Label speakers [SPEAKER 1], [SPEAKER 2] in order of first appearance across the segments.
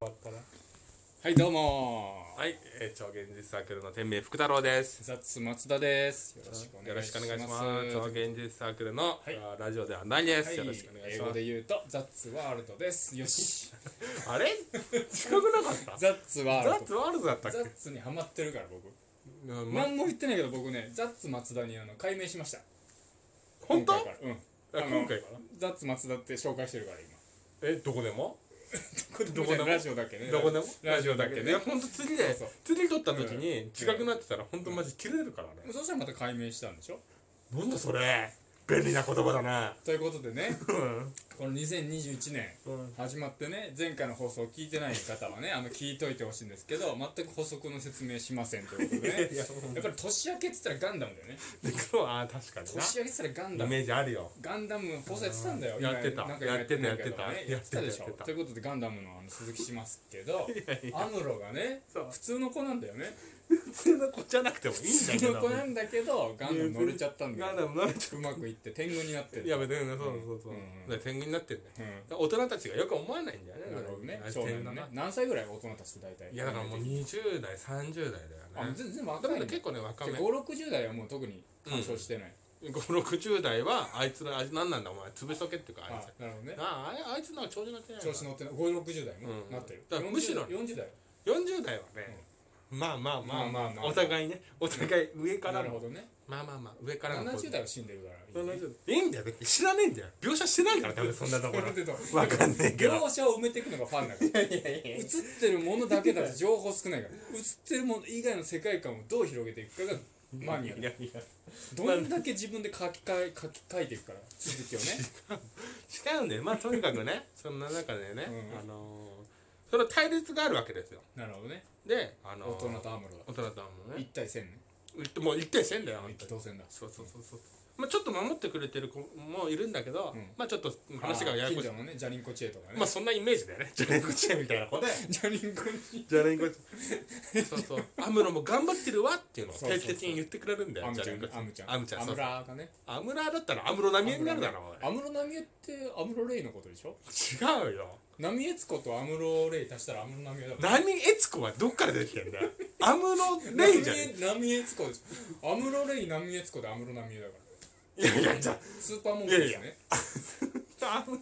[SPEAKER 1] わったら
[SPEAKER 2] はいどうも
[SPEAKER 3] はい、えー、超現実サークルの天命福太郎です。
[SPEAKER 2] ザッツ松田ですよろしくお
[SPEAKER 3] よ
[SPEAKER 2] 願
[SPEAKER 3] ろ
[SPEAKER 2] い
[SPEAKER 3] し
[SPEAKER 2] し
[SPEAKER 3] くお
[SPEAKER 2] ます
[SPEAKER 3] 願いします。超現実サークルの、
[SPEAKER 2] い
[SPEAKER 3] あーラジオではないです、
[SPEAKER 2] はい
[SPEAKER 3] よろしくお願い
[SPEAKER 2] 英
[SPEAKER 3] し
[SPEAKER 2] 語
[SPEAKER 3] ま
[SPEAKER 2] で言うとザッツワールドですよし
[SPEAKER 3] す。あれ近くなかった
[SPEAKER 2] ザッツワ
[SPEAKER 3] ザ
[SPEAKER 2] ー
[SPEAKER 3] ッ
[SPEAKER 2] ル
[SPEAKER 3] ツ
[SPEAKER 2] ド
[SPEAKER 3] ワールドだったっ
[SPEAKER 2] ザ
[SPEAKER 3] け
[SPEAKER 2] ッツにハマってるから僕
[SPEAKER 3] うんま
[SPEAKER 2] 何も言ってないけど僕ねザッツ松田にあの改名しました
[SPEAKER 3] 本当
[SPEAKER 2] 今回からうん
[SPEAKER 3] あ
[SPEAKER 2] あの
[SPEAKER 3] 今回かな
[SPEAKER 2] ザッツ松田って紹介してるから今
[SPEAKER 3] え、どこでも
[SPEAKER 2] これ
[SPEAKER 3] どこでも
[SPEAKER 2] ラジオだけね
[SPEAKER 3] どこでも
[SPEAKER 2] ラジオだけ
[SPEAKER 3] い
[SPEAKER 2] ね
[SPEAKER 3] やほんと釣りで
[SPEAKER 2] そうそう、
[SPEAKER 3] 釣り取った時
[SPEAKER 2] う
[SPEAKER 3] に
[SPEAKER 2] ん
[SPEAKER 3] 近くなってたら、ほんとマジ切れるからね。
[SPEAKER 2] そしたらまた改名したんでしょ
[SPEAKER 3] なんだそれ便利な言葉だな。
[SPEAKER 2] ということでね
[SPEAKER 3] うん。
[SPEAKER 2] この2021年始まってね前回の放送を聞いてない方はねあの聞いといてほしいんですけど全く補足の説明しませんということでね
[SPEAKER 3] いや、
[SPEAKER 2] やっぱり年明けっつったらガンダムだよね
[SPEAKER 3] で、そう、あー確かに
[SPEAKER 2] 年明けっつったらガン
[SPEAKER 3] な。
[SPEAKER 2] ダ
[SPEAKER 3] イ
[SPEAKER 2] ム
[SPEAKER 3] メージあるよ。
[SPEAKER 2] ガンダム放送やってたんだよ
[SPEAKER 3] うんやってた
[SPEAKER 2] 今なんか
[SPEAKER 3] やってた
[SPEAKER 2] ないけど
[SPEAKER 3] やってた
[SPEAKER 2] ね
[SPEAKER 3] や
[SPEAKER 2] や
[SPEAKER 3] っ
[SPEAKER 2] ってて
[SPEAKER 3] た
[SPEAKER 2] たでしょ
[SPEAKER 3] やってた
[SPEAKER 2] ということでガンダムのあの鈴木しますけど
[SPEAKER 3] い
[SPEAKER 2] アムロがね
[SPEAKER 3] そう
[SPEAKER 2] 普通の子なんだよね
[SPEAKER 3] 普通の子じゃなくてもいいんだ
[SPEAKER 2] 普
[SPEAKER 3] け
[SPEAKER 2] 通
[SPEAKER 3] ど。
[SPEAKER 2] の子なんだけどガンダム乗れちゃったんだ
[SPEAKER 3] ガン
[SPEAKER 2] よ
[SPEAKER 3] ダム慣れちゃ
[SPEAKER 2] うまくいって天狗になって
[SPEAKER 3] う
[SPEAKER 2] る
[SPEAKER 3] いや別にねそうそうそう、
[SPEAKER 2] うんうん
[SPEAKER 3] で天狗になってるね
[SPEAKER 2] うん
[SPEAKER 3] だから大人たちがよく思わないんだよね
[SPEAKER 2] なるほどね
[SPEAKER 3] あいつ
[SPEAKER 2] 少
[SPEAKER 3] 天
[SPEAKER 2] 年
[SPEAKER 3] 狗
[SPEAKER 2] のね
[SPEAKER 3] だな
[SPEAKER 2] 何歳ぐらい大人たちって大体
[SPEAKER 3] いやだからもう20代30代だ
[SPEAKER 2] あ
[SPEAKER 3] よね
[SPEAKER 2] 全然
[SPEAKER 3] で
[SPEAKER 2] 若
[SPEAKER 3] も
[SPEAKER 2] い
[SPEAKER 3] ね
[SPEAKER 2] ね
[SPEAKER 3] 結構ね若め
[SPEAKER 2] 560代はもう特に干渉してない、
[SPEAKER 3] 560代はあいつらあいつ何なんだお前潰しとけっていうかあい
[SPEAKER 2] あ
[SPEAKER 3] つ
[SPEAKER 2] なるほどね
[SPEAKER 3] あああいつなんか調子乗ってないな
[SPEAKER 2] 調子乗ってない560代も
[SPEAKER 3] うん
[SPEAKER 2] なってる、
[SPEAKER 3] だからむしろ
[SPEAKER 2] 40 40代
[SPEAKER 3] 40代はね、まあまあまあ
[SPEAKER 2] まあまあまあ
[SPEAKER 3] お互いねお互い上から
[SPEAKER 2] なる
[SPEAKER 3] の
[SPEAKER 2] ほどね
[SPEAKER 3] まあまあまあ上からの
[SPEAKER 2] 70代は死んでるから いいね
[SPEAKER 3] 70代いいんだよ別に知らねえんだよ描写してないから多分そんなとこ
[SPEAKER 2] これで
[SPEAKER 3] ろ
[SPEAKER 2] どう
[SPEAKER 3] わ かんねえけど
[SPEAKER 2] 描写を埋めていくのがファンだから映ってるものだけだと情報少ないから映ってるもの以外の世界観をどう広げていくかがマニア
[SPEAKER 3] い
[SPEAKER 2] だ
[SPEAKER 3] やいや
[SPEAKER 2] どんだけ自分で書き換え書き換えていくから続 きをね
[SPEAKER 3] 違うんだよまあとにか くねそんな中でね、
[SPEAKER 2] うん
[SPEAKER 3] あのーその対立があるわけですよ
[SPEAKER 2] なるほどね
[SPEAKER 3] で、あの
[SPEAKER 2] 大
[SPEAKER 3] ー
[SPEAKER 2] 人とアムロ
[SPEAKER 3] 大人とはもう
[SPEAKER 2] だ
[SPEAKER 3] ね
[SPEAKER 2] 一対千ね
[SPEAKER 3] もう一定線だよ本
[SPEAKER 2] 一
[SPEAKER 3] 当に
[SPEAKER 2] 等線だ
[SPEAKER 3] そうそうそうそうまあちょっと守ってくれてる子もいるんだけど、
[SPEAKER 2] うん
[SPEAKER 3] まあちょっと話がややこし
[SPEAKER 2] あー近所のねじゃりんこ知恵とかね
[SPEAKER 3] いまあそんなイメージだよねジャレンコチェみたいな子で
[SPEAKER 2] じゃりんこに
[SPEAKER 3] ジャレンコそうそうアムロも頑張ってるわっていうのを
[SPEAKER 2] そうそう
[SPEAKER 3] 定
[SPEAKER 2] そう
[SPEAKER 3] 期的に言ってくれるんだ
[SPEAKER 2] ア
[SPEAKER 3] よ
[SPEAKER 2] ム
[SPEAKER 3] ジャ
[SPEAKER 2] ちゃ
[SPEAKER 3] レ
[SPEAKER 2] ん
[SPEAKER 3] ン
[SPEAKER 2] ね
[SPEAKER 3] コチェ
[SPEAKER 2] アムちゃん
[SPEAKER 3] アムちゃん
[SPEAKER 2] ア
[SPEAKER 3] そ
[SPEAKER 2] ム
[SPEAKER 3] うそう
[SPEAKER 2] ラーがね
[SPEAKER 3] アムラーだったらアムロ並みになるだろ
[SPEAKER 2] アムロナミエってアムロレイのことでしょ
[SPEAKER 3] おい違うよ
[SPEAKER 2] ナミエツコとアムロレイ足したらアムロナミエだもん
[SPEAKER 3] ナミエツコはどっから出てきてんだよアムロレイじゃんい
[SPEAKER 2] ナミエナミエツコですアムロレイナミエツコでアムロナミエだから
[SPEAKER 3] やいやじゃ
[SPEAKER 2] スーパーモンキーですね
[SPEAKER 3] あアム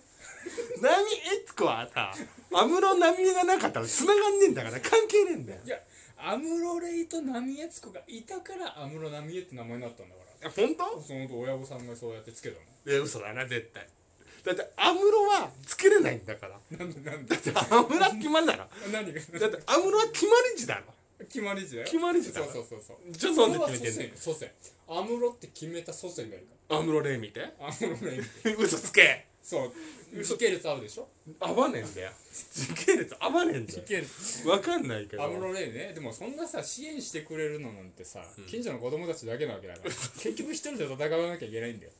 [SPEAKER 3] ナミエツコはさアムロナミエがなかったら繋がんねえんだから関係ねえんだよ
[SPEAKER 2] いやアムロレイとナミエツコがいたからアムロナミエって名前になったんだから
[SPEAKER 3] え本当
[SPEAKER 2] その親御さんがそうやってつけた
[SPEAKER 3] いや嘘だな絶対だってアムロは作れないんだから
[SPEAKER 2] のなんでなんで
[SPEAKER 3] アムロは決まりだろ
[SPEAKER 2] 何が
[SPEAKER 3] だってアムロは決まり字だろ
[SPEAKER 2] 決まりじゃ
[SPEAKER 3] 決まり字だ
[SPEAKER 2] そう
[SPEAKER 3] ろ
[SPEAKER 2] そうそうそう
[SPEAKER 3] じゃあ
[SPEAKER 2] そ
[SPEAKER 3] なん
[SPEAKER 2] れ
[SPEAKER 3] で
[SPEAKER 2] は
[SPEAKER 3] 決
[SPEAKER 2] 祖
[SPEAKER 3] めてん
[SPEAKER 2] 先祖先アムロって決めた祖先がいるか
[SPEAKER 3] のアムロレイ見て
[SPEAKER 2] らアムロレイ
[SPEAKER 3] 嘘つけ
[SPEAKER 2] そう時系列あるでしょ
[SPEAKER 3] 合わねえんだよ時系列合わねえんだ
[SPEAKER 2] 時
[SPEAKER 3] よ
[SPEAKER 2] 系列
[SPEAKER 3] わかんないけど
[SPEAKER 2] アムロレイねでもそんなさ支援してくれるのなんてさ、
[SPEAKER 3] ん
[SPEAKER 2] 近所の子供たちだけなわけだ から結局一人で戦わなきゃいけないんだよ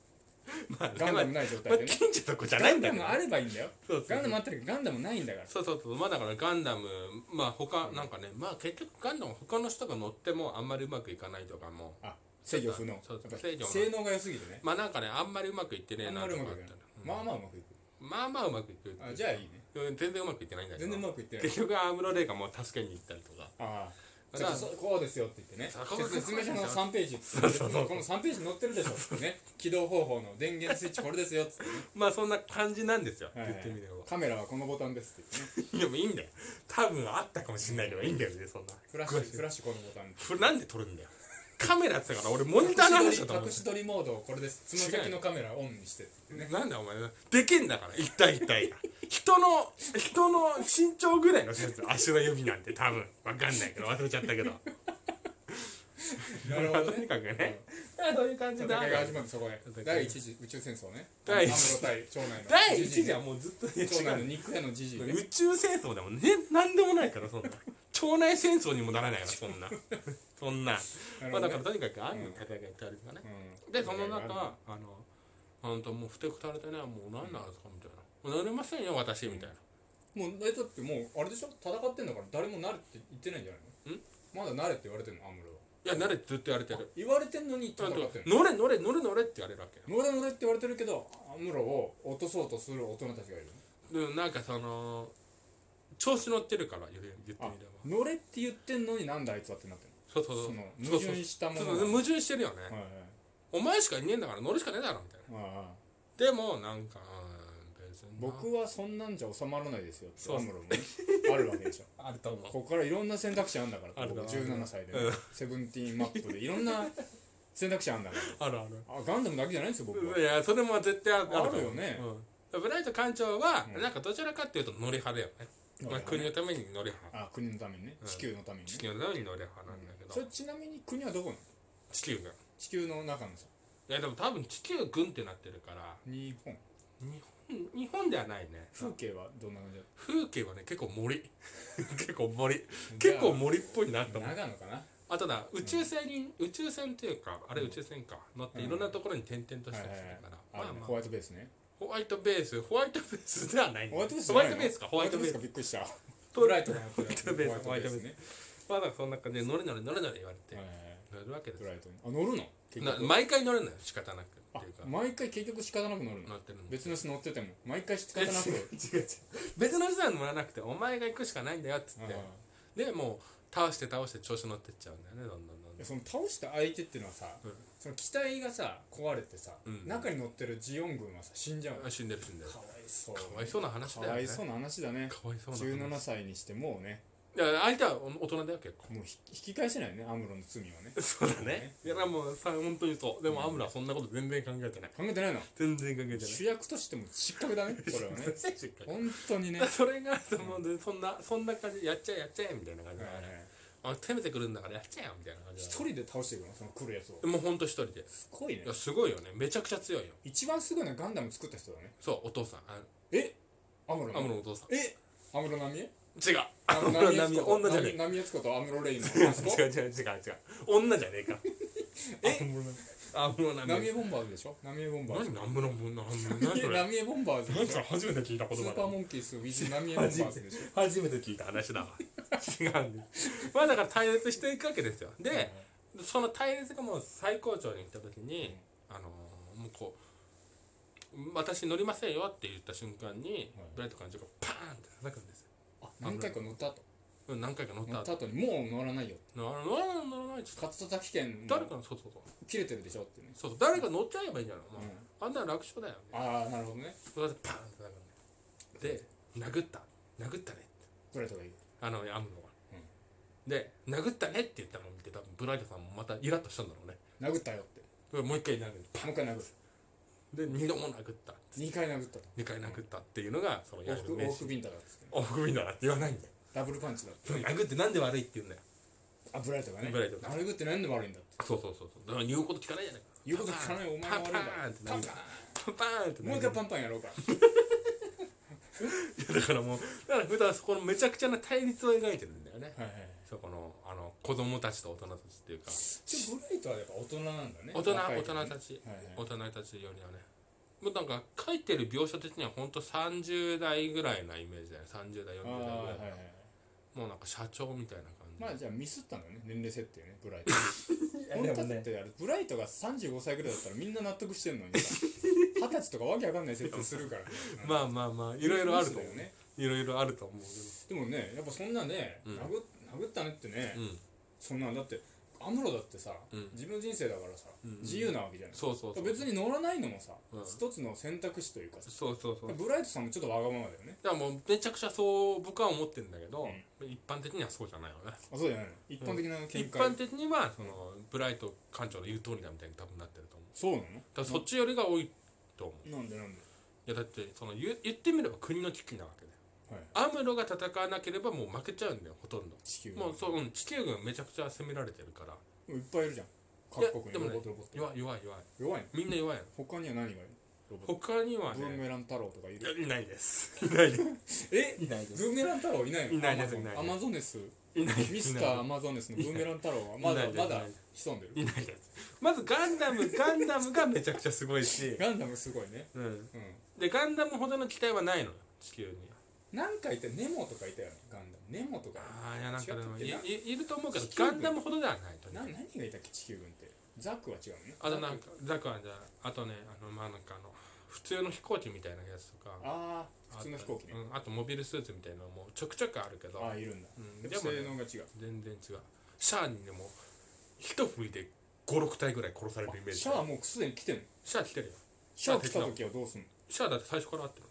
[SPEAKER 3] まあ
[SPEAKER 2] ガンダム
[SPEAKER 3] ま
[SPEAKER 2] ない状
[SPEAKER 3] あま
[SPEAKER 2] 態
[SPEAKER 3] あ
[SPEAKER 2] でね、
[SPEAKER 3] 近所の子じゃな
[SPEAKER 2] ガ
[SPEAKER 3] いん
[SPEAKER 2] ン
[SPEAKER 3] だ
[SPEAKER 2] ダ
[SPEAKER 3] けど
[SPEAKER 2] ムあればいいんだよ
[SPEAKER 3] そうそう
[SPEAKER 2] ガンダムあったけどガンダムないんだから
[SPEAKER 3] そうそうそうまあだからガンダムまあ他なんかねまあ結局ガンダム他の人が乗ってもあんまりうまくいかないとかも
[SPEAKER 2] あ制御不能やっ
[SPEAKER 3] そうそう
[SPEAKER 2] ぱ
[SPEAKER 3] 制御不能
[SPEAKER 2] 性能が良すぎてね
[SPEAKER 3] まあなんかねあんまりうまくいってね
[SPEAKER 2] あ
[SPEAKER 3] え
[SPEAKER 2] ん
[SPEAKER 3] な
[SPEAKER 2] ま
[SPEAKER 3] と
[SPEAKER 2] りう
[SPEAKER 3] かあ
[SPEAKER 2] ま
[SPEAKER 3] っ
[SPEAKER 2] く
[SPEAKER 3] た
[SPEAKER 2] いか
[SPEAKER 3] ら
[SPEAKER 2] ない、
[SPEAKER 3] うん
[SPEAKER 2] まあまあうまくいく
[SPEAKER 3] まあまあうまくいく
[SPEAKER 2] あじゃあいいね
[SPEAKER 3] うん全然うまくいってないんだけど
[SPEAKER 2] 全然うまくいってない
[SPEAKER 3] 結局アムロレイがもう助けに行ったりとか
[SPEAKER 2] ああ
[SPEAKER 3] じ
[SPEAKER 2] じ
[SPEAKER 3] ゃ
[SPEAKER 2] ゃ
[SPEAKER 3] あ
[SPEAKER 2] あそこうですよって言ってね
[SPEAKER 3] そうこうです
[SPEAKER 2] 説
[SPEAKER 3] よ
[SPEAKER 2] 明書の3ページ
[SPEAKER 3] うそうそう
[SPEAKER 2] この3ページ載ってるでしょってね起動方法の電源スイッチこれですよっつってね、
[SPEAKER 3] まあそんな感じなんですよ
[SPEAKER 2] は
[SPEAKER 3] 言
[SPEAKER 2] い
[SPEAKER 3] ってみれば
[SPEAKER 2] カメラはこのボタンですって言ってね
[SPEAKER 3] でもいいんだよ多分あったかもしれないけどいいんだよねそんな
[SPEAKER 2] フラッシュフ
[SPEAKER 3] ラ
[SPEAKER 2] ラッシュこのボタン
[SPEAKER 3] なんで撮るんだよカメラって言ったから俺モニターの話だと思う
[SPEAKER 2] 隠し撮りモードをこれですつま先のカメラをオンにしてってね
[SPEAKER 3] なんだお前でけんだから一体一体が人の人の身長ぐらいのサイズ足の指なんて多分わかんないけど忘れちゃったけど
[SPEAKER 2] なるほど
[SPEAKER 3] とに
[SPEAKER 2] ね
[SPEAKER 3] かくねそういう感じ
[SPEAKER 2] 戦い
[SPEAKER 3] で
[SPEAKER 2] が始まるそこ
[SPEAKER 3] 戦
[SPEAKER 2] で
[SPEAKER 3] い
[SPEAKER 2] 第一次宇宙戦争ね
[SPEAKER 3] 第一
[SPEAKER 2] 安室対長男の
[SPEAKER 3] 第一次は
[SPEAKER 2] 長
[SPEAKER 3] もうずっと
[SPEAKER 2] 男の
[SPEAKER 3] 違
[SPEAKER 2] 肉屋のじじいうね
[SPEAKER 3] 宇宙戦争でもねなんでもないからそんな町内戦争にもならないからそんなそんな
[SPEAKER 2] なる
[SPEAKER 3] ま
[SPEAKER 2] ほ
[SPEAKER 3] あだ
[SPEAKER 2] ど
[SPEAKER 3] か
[SPEAKER 2] ね
[SPEAKER 3] らとにかくある戦いってあるとかね
[SPEAKER 2] うん
[SPEAKER 3] でその中
[SPEAKER 2] 戦いがある
[SPEAKER 3] あのほんともうふてくされてねもう何なんですかみたいな「もうなれませんよ私」みたいな
[SPEAKER 2] もうえだってもうあれでしょ戦ってんだから誰も慣れって言ってないんじゃないのまだ慣れって言われてんのアムロはい
[SPEAKER 3] や慣れってずっとやれてる
[SPEAKER 2] 言われてんのに
[SPEAKER 3] ちゃ
[SPEAKER 2] 戦っ
[SPEAKER 3] んと
[SPEAKER 2] てんの
[SPEAKER 3] 乗れ乗れ乗れ乗れって言われるわけよ
[SPEAKER 2] 乗れ乗れって言われてるけどアムロを落とそうとする大人たちがいる
[SPEAKER 3] でなんかその調子乗ってるから言ってみれば
[SPEAKER 2] あ乗れって言ってんのになんだあいつはってなってる
[SPEAKER 3] そうそうそう
[SPEAKER 2] その
[SPEAKER 3] そう
[SPEAKER 2] 矛
[SPEAKER 3] そう
[SPEAKER 2] 盾したも
[SPEAKER 3] そ
[SPEAKER 2] の
[SPEAKER 3] う
[SPEAKER 2] が
[SPEAKER 3] そう矛盾してるよね、
[SPEAKER 2] はいはい
[SPEAKER 3] お前しかいねえんだから乗るしかねえだろみたいな
[SPEAKER 2] ああ
[SPEAKER 3] でもなんかうん別にな
[SPEAKER 2] 僕はそんなんじゃ収まらないですよって
[SPEAKER 3] そう
[SPEAKER 2] アムロもねあるわけでしょ
[SPEAKER 3] あると思う
[SPEAKER 2] ここからいろんな選択肢あるんだから
[SPEAKER 3] ある
[SPEAKER 2] 僕
[SPEAKER 3] な
[SPEAKER 2] 17歳でね
[SPEAKER 3] うん
[SPEAKER 2] セブンティーンマップでいろんな選択肢あるんだか
[SPEAKER 3] あるある
[SPEAKER 2] らあガンダムだけじゃないんですよ僕はい
[SPEAKER 3] やそれも絶対あると思う
[SPEAKER 2] あるよね
[SPEAKER 3] うん、ブライト艦長は、
[SPEAKER 2] うん
[SPEAKER 3] なんかどちらかっていうと乗り派だよね、まあ、国のために乗り派
[SPEAKER 2] あ国のためにね
[SPEAKER 3] うん
[SPEAKER 2] 地球のためにね
[SPEAKER 3] 地球のために乗り派なんだけど、
[SPEAKER 2] それちなみに国はどこなの
[SPEAKER 3] 地球が
[SPEAKER 2] 地球の中のさ
[SPEAKER 3] いやでも多分地球軍ってなってるから
[SPEAKER 2] 日本
[SPEAKER 3] 日本日本ではないね
[SPEAKER 2] 風景はどんな感じだ
[SPEAKER 3] 風景はね結構 森結構森結構森っぽいなと思う
[SPEAKER 2] 長野かな
[SPEAKER 3] あとだ宇宙船に、宇宙船っていうかあれ宇宙船か乗って
[SPEAKER 2] うん
[SPEAKER 3] いろんなところに転々としたりしてるから、
[SPEAKER 2] あ
[SPEAKER 3] まあ
[SPEAKER 2] ホワ
[SPEAKER 3] まあ
[SPEAKER 2] イトベースね
[SPEAKER 3] ホワイトベースホワイトベースではないんだ
[SPEAKER 2] ホワイトベースじ
[SPEAKER 3] ホ
[SPEAKER 2] ゃな
[SPEAKER 3] ワ
[SPEAKER 2] いの
[SPEAKER 3] イトベースかホワイトベース
[SPEAKER 2] ホかびっくりした
[SPEAKER 3] ホ
[SPEAKER 2] ブ
[SPEAKER 3] ワ
[SPEAKER 2] ラ
[SPEAKER 3] イ
[SPEAKER 2] イ
[SPEAKER 3] ト
[SPEAKER 2] ト
[SPEAKER 3] ベ
[SPEAKER 2] の
[SPEAKER 3] ー
[SPEAKER 2] や
[SPEAKER 3] ス
[SPEAKER 2] つ
[SPEAKER 3] ホワイトベース
[SPEAKER 2] ホワイトベースね
[SPEAKER 3] まあだからそんな感じで乗れ乗れ乗れ乗れ言われて、
[SPEAKER 2] はいはいはい
[SPEAKER 3] 乗るわけです
[SPEAKER 2] ブ
[SPEAKER 3] よ
[SPEAKER 2] ライトにあ乗るの結
[SPEAKER 3] な
[SPEAKER 2] 局
[SPEAKER 3] 毎回乗れるのよ仕方なく
[SPEAKER 2] あ
[SPEAKER 3] っていうか
[SPEAKER 2] 毎回結局仕方なく乗るの
[SPEAKER 3] 乗ってるんで
[SPEAKER 2] 別の人乗ってても毎回仕方なく
[SPEAKER 3] 違う違う違う別の人は乗らなくてお前が行くしかないんだよっつって
[SPEAKER 2] う
[SPEAKER 3] でもう倒して倒して調子乗ってっちゃうんだよねどんどんどん
[SPEAKER 2] ん
[SPEAKER 3] どん
[SPEAKER 2] その倒した相手っていうのはさ
[SPEAKER 3] うん
[SPEAKER 2] その機体がさ壊れてさ
[SPEAKER 3] うん
[SPEAKER 2] 中に乗ってるジオン軍はさ死んじゃうの
[SPEAKER 3] あ死んでる死んでる
[SPEAKER 2] かわいそう
[SPEAKER 3] かわいそうな話だ
[SPEAKER 2] か
[SPEAKER 3] よ
[SPEAKER 2] わ
[SPEAKER 3] ね
[SPEAKER 2] いそうな話だね
[SPEAKER 3] かわいそうな話
[SPEAKER 2] 17歳にしてもうね
[SPEAKER 3] いや相手はお大人だよ結構
[SPEAKER 2] もうひ引き返せないよねアムロの罪はね
[SPEAKER 3] そうだ
[SPEAKER 2] ね
[SPEAKER 3] いやでもさ本当にそうで
[SPEAKER 2] う
[SPEAKER 3] も
[SPEAKER 2] ん
[SPEAKER 3] アムラはそんなこと全然考えてない
[SPEAKER 2] 考えてないの
[SPEAKER 3] 全然考えてない
[SPEAKER 2] 主役としても失格だねこ れはね
[SPEAKER 3] しっかり
[SPEAKER 2] 本当にね
[SPEAKER 3] それがそのでそんなそんな感じやっちゃえやっちゃえみたいな感じ
[SPEAKER 2] はいは
[SPEAKER 3] で
[SPEAKER 2] い
[SPEAKER 3] あ攻めてくるんだからやっちゃえよみたいな感じ
[SPEAKER 2] 一
[SPEAKER 3] で
[SPEAKER 2] 人で倒していくのその来るやつを
[SPEAKER 3] もうほんと一人です
[SPEAKER 2] ごいね
[SPEAKER 3] いやすごいよねめちゃくちゃ強いよ
[SPEAKER 2] 一番すごいのはガンダム作った人だね
[SPEAKER 3] そうお父さんあ
[SPEAKER 2] えアムロの
[SPEAKER 3] アムロのお父さん
[SPEAKER 2] えアムロナミエ
[SPEAKER 3] 違う
[SPEAKER 2] ア
[SPEAKER 3] アムロナミエ女じゃねえ
[SPEAKER 2] ナミエツコとアムロレイの息子
[SPEAKER 3] 違う違う違う違う女じゃねえかえ アムロナミ
[SPEAKER 2] ナミ
[SPEAKER 3] エ
[SPEAKER 2] エボンバーズでしょナミエボンバーズ
[SPEAKER 3] 何アムロナミエ何そ
[SPEAKER 2] いや
[SPEAKER 3] れ
[SPEAKER 2] ナミエボンバーズで
[SPEAKER 3] 何
[SPEAKER 2] し
[SPEAKER 3] そ
[SPEAKER 2] ょ
[SPEAKER 3] れ初めて聞いた言
[SPEAKER 2] ス
[SPEAKER 3] 葉
[SPEAKER 2] ーパー
[SPEAKER 3] だ
[SPEAKER 2] モンキースウィズナミエボンバーズでしょ
[SPEAKER 3] 初めて聞いた話 だわ違うんですまあだから対立していくわけですよで、その対立がもう最高潮に行った時に、あのーもうこう私乗りませんよって言った瞬間に、
[SPEAKER 2] はい
[SPEAKER 3] ブライト艦長がパーンって叩くんですよ
[SPEAKER 2] あ何回か乗った後
[SPEAKER 3] うん何回か乗った
[SPEAKER 2] 乗った
[SPEAKER 3] 後
[SPEAKER 2] 後にもう乗らないよ
[SPEAKER 3] 乗らない乗らない乗らないっつって
[SPEAKER 2] 勝田滝県
[SPEAKER 3] 誰かのそうそうそう
[SPEAKER 2] 切れてるでしょってね
[SPEAKER 3] そうそう誰か乗っちゃえばいいんじゃないの、
[SPEAKER 2] うん
[SPEAKER 3] あんなの楽勝だよね
[SPEAKER 2] ああなるほどね
[SPEAKER 3] それでパーンって叩くんでで殴った殴ったねって
[SPEAKER 2] どれとかいい
[SPEAKER 3] あのアムロが、
[SPEAKER 2] うん
[SPEAKER 3] で殴ったねって言ったのを見て多分ブライトさんもまたイラッとしたんだろうね
[SPEAKER 2] 殴ったよって
[SPEAKER 3] もう一回殴る
[SPEAKER 2] もう一回殴る
[SPEAKER 3] で二度も殴った
[SPEAKER 2] 2回殴ったと
[SPEAKER 3] 2回殴ったっていうのがそのい
[SPEAKER 2] 往
[SPEAKER 3] わゆ
[SPEAKER 2] 復
[SPEAKER 3] る
[SPEAKER 2] 往
[SPEAKER 3] 名シー
[SPEAKER 2] 復
[SPEAKER 3] ン
[SPEAKER 2] ビンタだっつって
[SPEAKER 3] 往復ビンだなって言わないんだよ
[SPEAKER 2] ダブルパンチだって
[SPEAKER 3] 殴ってなんで悪いって言うんだよ
[SPEAKER 2] あブライトがね
[SPEAKER 3] ブライトが
[SPEAKER 2] 殴って何で悪いんだって
[SPEAKER 3] そうそうそうそうだから言うこと聞かないじゃないか
[SPEAKER 2] 言うこと聞かないお前が
[SPEAKER 3] パン
[SPEAKER 2] 悪いん
[SPEAKER 3] パ
[SPEAKER 2] だ
[SPEAKER 3] ーンって
[SPEAKER 2] パ
[SPEAKER 3] 殴
[SPEAKER 2] ン
[SPEAKER 3] る
[SPEAKER 2] パ
[SPEAKER 3] パンパーンって
[SPEAKER 2] ンもう一
[SPEAKER 3] 殴
[SPEAKER 2] 回パンパンやろうか
[SPEAKER 3] るいやだからもうだから普段そこのめちゃくちゃな対立を描いてるんだよね
[SPEAKER 2] はいはい
[SPEAKER 3] そこのあの子供たちと大人たちっていうか
[SPEAKER 2] ちょブライトはやっぱ大人なんだね
[SPEAKER 3] 大人
[SPEAKER 2] 若い
[SPEAKER 3] 大
[SPEAKER 2] 時ね
[SPEAKER 3] 人たち
[SPEAKER 2] はいはい
[SPEAKER 3] 大人たちよりはねもうなんか書いてる描写的にはほんと30代ぐらいなイメージだよね30代40代
[SPEAKER 2] ああ
[SPEAKER 3] ぐらい
[SPEAKER 2] はいはい
[SPEAKER 3] もうなんか社長みたいな感じ
[SPEAKER 2] まあじゃあミスったんだね年齢設定ねブ ライト
[SPEAKER 3] や
[SPEAKER 2] 本
[SPEAKER 3] で
[SPEAKER 2] 当
[SPEAKER 3] も
[SPEAKER 2] だ
[SPEAKER 3] ね
[SPEAKER 2] ってあれブライトが35歳ぐらいだったらみんな納得してんのに さ二十歳とかわけわかんない設定するからね
[SPEAKER 3] まあまあまあ いろいろあると思
[SPEAKER 2] ミスだよね
[SPEAKER 3] ういろいろあると思うけ
[SPEAKER 2] でもねやっぱそんなね
[SPEAKER 3] うん
[SPEAKER 2] 殴っ殴ったねってね
[SPEAKER 3] どうん
[SPEAKER 2] そんなんだってアムロだってさ
[SPEAKER 3] うん
[SPEAKER 2] 自分の人生だからさ
[SPEAKER 3] うん
[SPEAKER 2] 自由なわけじゃない
[SPEAKER 3] そうそうそう
[SPEAKER 2] 別に乗らないのもさ
[SPEAKER 3] うん
[SPEAKER 2] 一つの選択肢というかさ
[SPEAKER 3] そうそうそうだか
[SPEAKER 2] ブライトさんもちょっとわがままだよね
[SPEAKER 3] らもうめちゃくちゃそう僕は思ってるんだけど、一般的にはそうじゃないよね
[SPEAKER 2] あそうじゃないの一般的な見解
[SPEAKER 3] 一般的にはそのブライト館長の言う通りだみたいに多分なってると思う
[SPEAKER 2] そうなの
[SPEAKER 3] だからそっちよりが多いと思う
[SPEAKER 2] なんでなんで
[SPEAKER 3] いやだってその言う言ってみれば国の危機なわけだよ
[SPEAKER 2] はい
[SPEAKER 3] アムロが戦わなければもう負けちゃうんだよほとんど
[SPEAKER 2] 地球
[SPEAKER 3] もうそう、うん、地球軍めちゃくちゃ攻められてるから
[SPEAKER 2] いっぱいいるじゃん
[SPEAKER 3] いや
[SPEAKER 2] 各国に
[SPEAKER 3] でも
[SPEAKER 2] ロ
[SPEAKER 3] ね
[SPEAKER 2] ボットロボット
[SPEAKER 3] 弱い弱い弱い
[SPEAKER 2] 弱いの
[SPEAKER 3] みんな弱いの
[SPEAKER 2] 他には何がいるロボッ
[SPEAKER 3] 他には
[SPEAKER 2] トブー
[SPEAKER 3] ね
[SPEAKER 2] メラン太郎とかい
[SPEAKER 3] い
[SPEAKER 2] る
[SPEAKER 3] やいないですいないです
[SPEAKER 2] え
[SPEAKER 3] いないで
[SPEAKER 2] ブーメラン太郎いないの
[SPEAKER 3] いないです
[SPEAKER 2] アマゾン
[SPEAKER 3] い
[SPEAKER 2] アマゾネ
[SPEAKER 3] ないです
[SPEAKER 2] ス
[SPEAKER 3] いないです
[SPEAKER 2] ミスターアマゾネスのブーメラン太郎はま
[SPEAKER 3] い
[SPEAKER 2] だ
[SPEAKER 3] ないです
[SPEAKER 2] まだ潜んでる
[SPEAKER 3] いないやつまずガンダムガンダムがめちゃくちゃすごいし、
[SPEAKER 2] ガンダムすごいね
[SPEAKER 3] うん、
[SPEAKER 2] うん
[SPEAKER 3] でガンダムほどの機体はないのよ地球に
[SPEAKER 2] 何かいたネモとかいたよねガンダムネモとか
[SPEAKER 3] ああいやなんかでもい
[SPEAKER 2] 違う
[SPEAKER 3] いいると思うけど
[SPEAKER 2] 地球
[SPEAKER 3] ガ
[SPEAKER 2] 軍
[SPEAKER 3] ンダムほどではないと
[SPEAKER 2] な何がいたっけ地球軍ってザクは違うのね
[SPEAKER 3] あとなんかザクはじゃああとねあのまあなんかあの普通の飛行機みたいなやつとか
[SPEAKER 2] ああ普
[SPEAKER 3] あった
[SPEAKER 2] 通
[SPEAKER 3] り
[SPEAKER 2] の飛行機ね
[SPEAKER 3] うん、あとモビルスーツみたいなのもちょくちょくあるけど、
[SPEAKER 2] ああいるんだ
[SPEAKER 3] うん
[SPEAKER 2] で
[SPEAKER 3] で
[SPEAKER 2] も性
[SPEAKER 3] もね、
[SPEAKER 2] 能が違う
[SPEAKER 3] 全然違うシャアにでも一振りで56体ぐらい殺されるイメージ
[SPEAKER 2] シャアもうすでに来てんの
[SPEAKER 3] シャア来てるよ
[SPEAKER 2] シャア来た時はどうすんの
[SPEAKER 3] シャアだって最初からあってる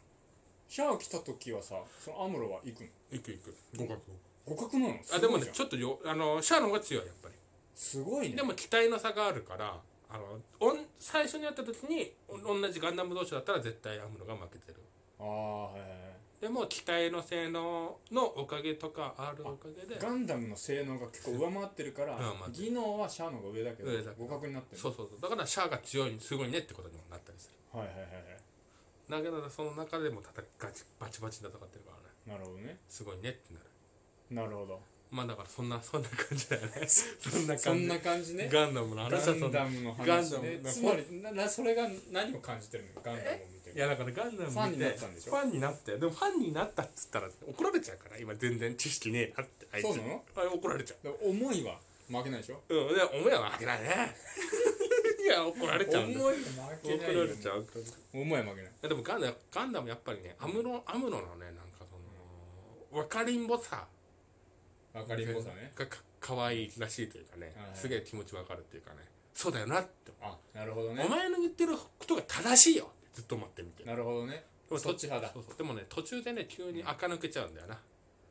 [SPEAKER 2] シャア来た時はさそのアムロは行くの
[SPEAKER 3] 行く行く合格
[SPEAKER 2] 互角なの
[SPEAKER 3] あでもねち
[SPEAKER 2] ょ
[SPEAKER 3] ょっとよあのシャアの方が強いやっぱり
[SPEAKER 2] すごいね
[SPEAKER 3] でも機体の差があるからあのおん最初に会った時にお同じガンダム同士だったら絶対アムロが負けてる
[SPEAKER 2] ああはいはいはい
[SPEAKER 3] でも機体の性能のおかげとかあるおかげで
[SPEAKER 2] ガンダムの性能が結構上回ってるから
[SPEAKER 3] 上回って
[SPEAKER 2] 技能はシャアの方が上だけど
[SPEAKER 3] 上だけど
[SPEAKER 2] 互角になってる
[SPEAKER 3] そうそうそうだからシャアが強いすごいねってことにもなったりする
[SPEAKER 2] はいはいはいは
[SPEAKER 3] だけどその中でも戦ガチバチバチに戦ってるから
[SPEAKER 2] いな
[SPEAKER 3] ね
[SPEAKER 2] るほどね
[SPEAKER 3] すごいねってなる
[SPEAKER 2] なるほど
[SPEAKER 3] まあだからそんなそんな感じだよねそん な
[SPEAKER 2] そ
[SPEAKER 3] 感
[SPEAKER 2] ん
[SPEAKER 3] じ
[SPEAKER 2] な感じね
[SPEAKER 3] ガンダムの
[SPEAKER 2] ガ
[SPEAKER 3] 話はそんな
[SPEAKER 2] ンダムの
[SPEAKER 3] ガン
[SPEAKER 2] 話
[SPEAKER 3] ダム
[SPEAKER 2] ね
[SPEAKER 3] の
[SPEAKER 2] つまりななそれが何を感じてるのガンダムを見て
[SPEAKER 3] いやだからガンダム見て
[SPEAKER 2] ファンになったんでしょ
[SPEAKER 3] ファンになってでもファンになったっつったら怒られちゃうから今全然知識ねえなってあいつ
[SPEAKER 2] そうなの
[SPEAKER 3] あ怒られちゃ
[SPEAKER 2] でも思いは負けないでしょ
[SPEAKER 3] ううんでお前は負け ないねいや怒られちゃうんだ
[SPEAKER 2] 思い
[SPEAKER 3] よ
[SPEAKER 2] は負け
[SPEAKER 3] 怒
[SPEAKER 2] ない
[SPEAKER 3] ら
[SPEAKER 2] よ
[SPEAKER 3] れちゃうからい
[SPEAKER 2] 思いは負けない
[SPEAKER 3] やでもガンダムガンダムやっぱりねアムロアムロのねなんかその分かりんぼさ
[SPEAKER 2] わかりっぽさね
[SPEAKER 3] がか可愛いらしいというかね
[SPEAKER 2] はいはい
[SPEAKER 3] すげえ気持ちわかるっていうかねそうだよなって
[SPEAKER 2] あなるほど
[SPEAKER 3] お
[SPEAKER 2] ね
[SPEAKER 3] 前の言ってることが正しいよってずっと待ってみてで
[SPEAKER 2] なるほどね
[SPEAKER 3] も
[SPEAKER 2] そっち派だ
[SPEAKER 3] そうそうでもね途中でね急に垢抜けちゃうんだよな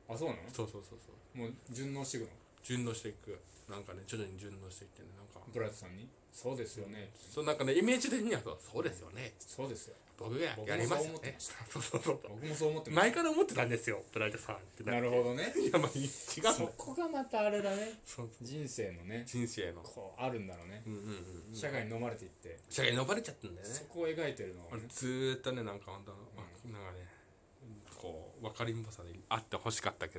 [SPEAKER 2] あそうなの
[SPEAKER 3] そうそうそうそう
[SPEAKER 2] もう順応していくの
[SPEAKER 3] 順応していくなんかね徐々に順応していってねなんか
[SPEAKER 2] ブラッドさんにそうですよね
[SPEAKER 3] そうなんかねイメージ的にはそうそうですよね
[SPEAKER 2] そうですよ
[SPEAKER 3] 僕が
[SPEAKER 2] 僕も
[SPEAKER 3] やります
[SPEAKER 2] そう思
[SPEAKER 3] よ
[SPEAKER 2] って
[SPEAKER 3] ね
[SPEAKER 2] まし
[SPEAKER 3] そうそうそう
[SPEAKER 2] 僕もそう思ってます
[SPEAKER 3] 前から思ってたんですよブライトさんって
[SPEAKER 2] なるほどね
[SPEAKER 3] いやまあいい違う
[SPEAKER 2] そこがまたあれだね
[SPEAKER 3] そう
[SPEAKER 2] 人生のね
[SPEAKER 3] 人生の
[SPEAKER 2] こうあるんだろうね
[SPEAKER 3] うんうんうん
[SPEAKER 2] 社会に飲まれていって
[SPEAKER 3] 社会に呼ばれちゃったんだよね
[SPEAKER 2] そこを描いてるのは
[SPEAKER 3] 俺
[SPEAKER 2] ね
[SPEAKER 3] ずーっとねなんか本当、なんかねこう分かりんぼさであってほしかったけ